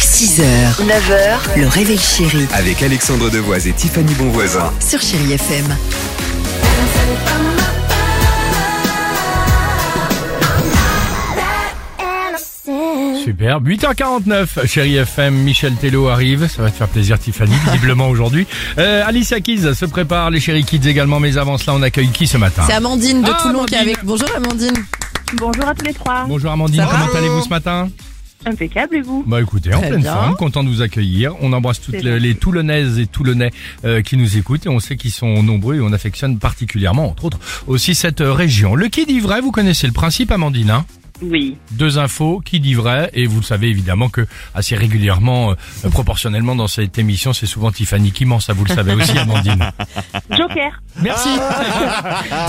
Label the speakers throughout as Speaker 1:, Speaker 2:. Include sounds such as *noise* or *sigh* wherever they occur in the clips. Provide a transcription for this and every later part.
Speaker 1: 6h, 9h, le réveil chéri
Speaker 2: Avec Alexandre Devoise et Tiffany Bonvoisin.
Speaker 1: sur Chéri FM.
Speaker 3: Superbe. 8h49, chérie FM, Michel Tello arrive. Ça va te faire plaisir, Tiffany, visiblement aujourd'hui. Euh, Alicia Keys se prépare, les chérie Kids également, mais avant cela, on accueille qui ce matin
Speaker 4: C'est Amandine de
Speaker 3: Ah,
Speaker 4: Toulon qui est
Speaker 3: Amandine.
Speaker 4: avec. Bonjour Amandine.
Speaker 5: Bonjour à tous les trois.
Speaker 3: Bonjour Amandine,
Speaker 4: Ça va
Speaker 3: comment allez-vous ce matin
Speaker 5: Impeccable et vous
Speaker 3: Bah écoutez, en
Speaker 4: Très
Speaker 3: pleine
Speaker 4: bien.
Speaker 3: forme, content de vous accueillir. On embrasse toutes
Speaker 5: C'est
Speaker 3: les, les Toulonnaises et Toulonnais euh, qui nous écoutent et on sait qu'ils sont nombreux et on affectionne particulièrement, entre autres, aussi cette euh, région. Le qui dit vrai, vous connaissez le principe, Amandine, hein
Speaker 5: Oui.
Speaker 3: deux infos qui dit vrai et vous le savez évidemment que assez régulièrement euh, proportionnellement dans cette émission c'est souvent Tiffany qui ment ça vous le savez aussi
Speaker 4: *laughs*
Speaker 3: Amandine Ah,
Speaker 5: Joker.
Speaker 3: merci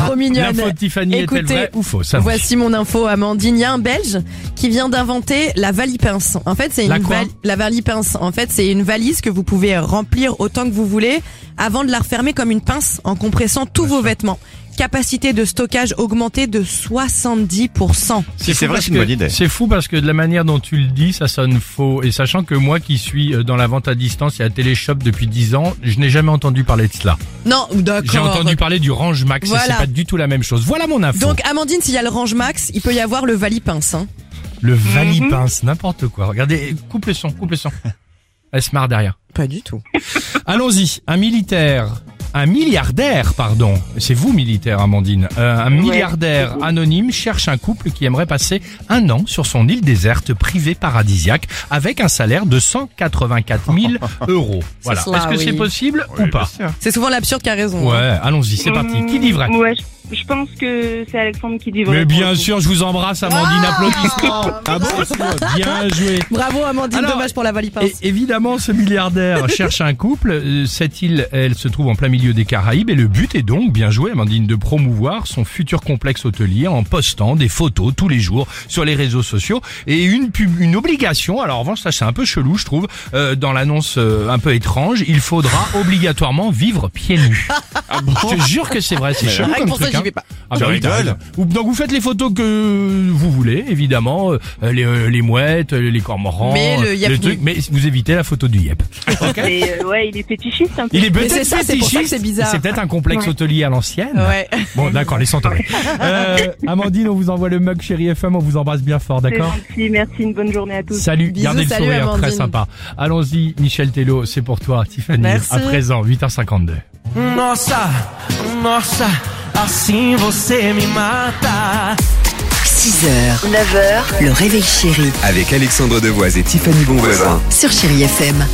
Speaker 4: Trop mignonne.
Speaker 3: l'info de Tiffany est-elle
Speaker 4: Écoutez,
Speaker 3: vraie ou fausse Ça marche.
Speaker 4: Voici mon info, Amandine. Il y a un Belge qui vient d'inventer la valipince. En fait, c'est une
Speaker 3: La quoi
Speaker 4: val- la valipince. En fait, c'est une valise que vous pouvez remplir autant que vous voulez avant de la refermer comme une pince en compressant tous vos vêtements. Capacité de stockage augmentée de 70%.
Speaker 6: Si c'est
Speaker 3: fou
Speaker 6: vrai,
Speaker 3: parce
Speaker 6: c'est une
Speaker 3: que-
Speaker 6: bonne idée.
Speaker 3: C'est fou parce que de la manière dont tu le dis, ça sonne faux. Et sachant que moi qui suis euh, dans la vente à distance et à téléshop depuis 10 ans, je n'ai jamais entendu parler de cela.
Speaker 4: Non, d'accord.
Speaker 3: J'ai entendu parler du range max, et
Speaker 4: Voilà.
Speaker 3: c'est pas du tout la même chose. Voilà mon info.
Speaker 4: Donc, Amandine, s'il y a le range max, il peut y avoir le valipince. Hein.
Speaker 3: le valipince, n'importe quoi. Regardez, coupe le son, coupe le son. Elle se marre derrière.
Speaker 4: Pas du tout.
Speaker 3: Allons-y, un militaire, un milliardaire, pardon, c'est vous militaire Amandine, Euh, un milliardaire anonyme cherche un couple qui aimerait passer un an sur son île déserte privée paradisiaque avec un salaire de 184 000
Speaker 4: *laughs*
Speaker 3: euros. Voilà.
Speaker 4: cela,
Speaker 3: Est-ce que c'est
Speaker 4: oui.
Speaker 3: possible ou pas
Speaker 4: C'est Mmh, souvent l'absurde qui a raison. hein.
Speaker 3: Ouais, allons-y, c'est parti. Qui dit vrai
Speaker 5: Mmh, Ouais, je, je pense que c'est Alexandre qui dit vrai.
Speaker 3: Mais bien
Speaker 5: pour
Speaker 3: sûr, je vous embrasse Amandine,
Speaker 4: *laughs*
Speaker 3: applaudissements.
Speaker 4: Ah bon
Speaker 3: Bien joué.
Speaker 4: Bravo Amandine,
Speaker 3: Alors,
Speaker 4: dommage pour la valipince.
Speaker 3: Ah Et évidemment, ce milliardaire cherche un couple. Euh, Cette île, elle se trouve en plein milieu des Caraïbes et le but est donc, bien joué Amandine, de promouvoir son futur complexe hôtelier en postant des photos tous les jours sur les réseaux sociaux et une pub, une obligation. Alors en revanche, ça c'est un peu chelou, je trouve, euh, dans l'annonce euh, un peu étrange. Il faudra obligatoirement vivre pieds
Speaker 4: *laughs*
Speaker 3: nus. je te jure que c'est vrai, c'est chelou
Speaker 4: Ah,
Speaker 3: comme
Speaker 4: pour ça,
Speaker 3: truc,
Speaker 4: j'y
Speaker 3: hein.
Speaker 4: vais pas.
Speaker 3: Ah
Speaker 6: Je
Speaker 3: bah oui, t'as
Speaker 6: rigole.
Speaker 3: raison. Ou- Donc vous faites les photos que vous voulez, évidemment, euh, les, euh, les mouettes, euh, les cormorans,
Speaker 4: Mais le
Speaker 3: euh,
Speaker 4: yep
Speaker 3: truc, mais vous évitez la photo du yep.
Speaker 5: vous. Mais, euh, ouais, il est fétichiste un peu.
Speaker 3: *laughs* Il est
Speaker 4: c'est
Speaker 3: peut-être
Speaker 4: ça, c'est pour ça que c'est
Speaker 3: fétichiste,
Speaker 4: bizarre.
Speaker 3: C'est peut-être un complexe hôtelier à l'ancienne.
Speaker 4: Ouais.
Speaker 3: Bon, d'accord, laissons tomber.
Speaker 4: *laughs*
Speaker 3: Euh, Amandine, on vous envoie le mug chérie FM, on vous embrasse bien fort,
Speaker 5: C'est
Speaker 3: d'accord
Speaker 5: gentil, merci, une bonne journée à tous.
Speaker 3: Salut,
Speaker 4: Bisous,
Speaker 3: gardez le
Speaker 4: salut,
Speaker 3: sourire, très
Speaker 4: Amandine.
Speaker 3: sympa. Allons-y, Michel Tello, c'est pour toi, Tiffany.
Speaker 4: Merci.
Speaker 3: À présent, 8h52.
Speaker 7: Nossa, nossa, assim você me mata.
Speaker 1: 6h, 9h, le réveil chéri
Speaker 2: Avec Alexandre Devoise et Tiffany Bonvoisin.
Speaker 1: sur Chéri FM.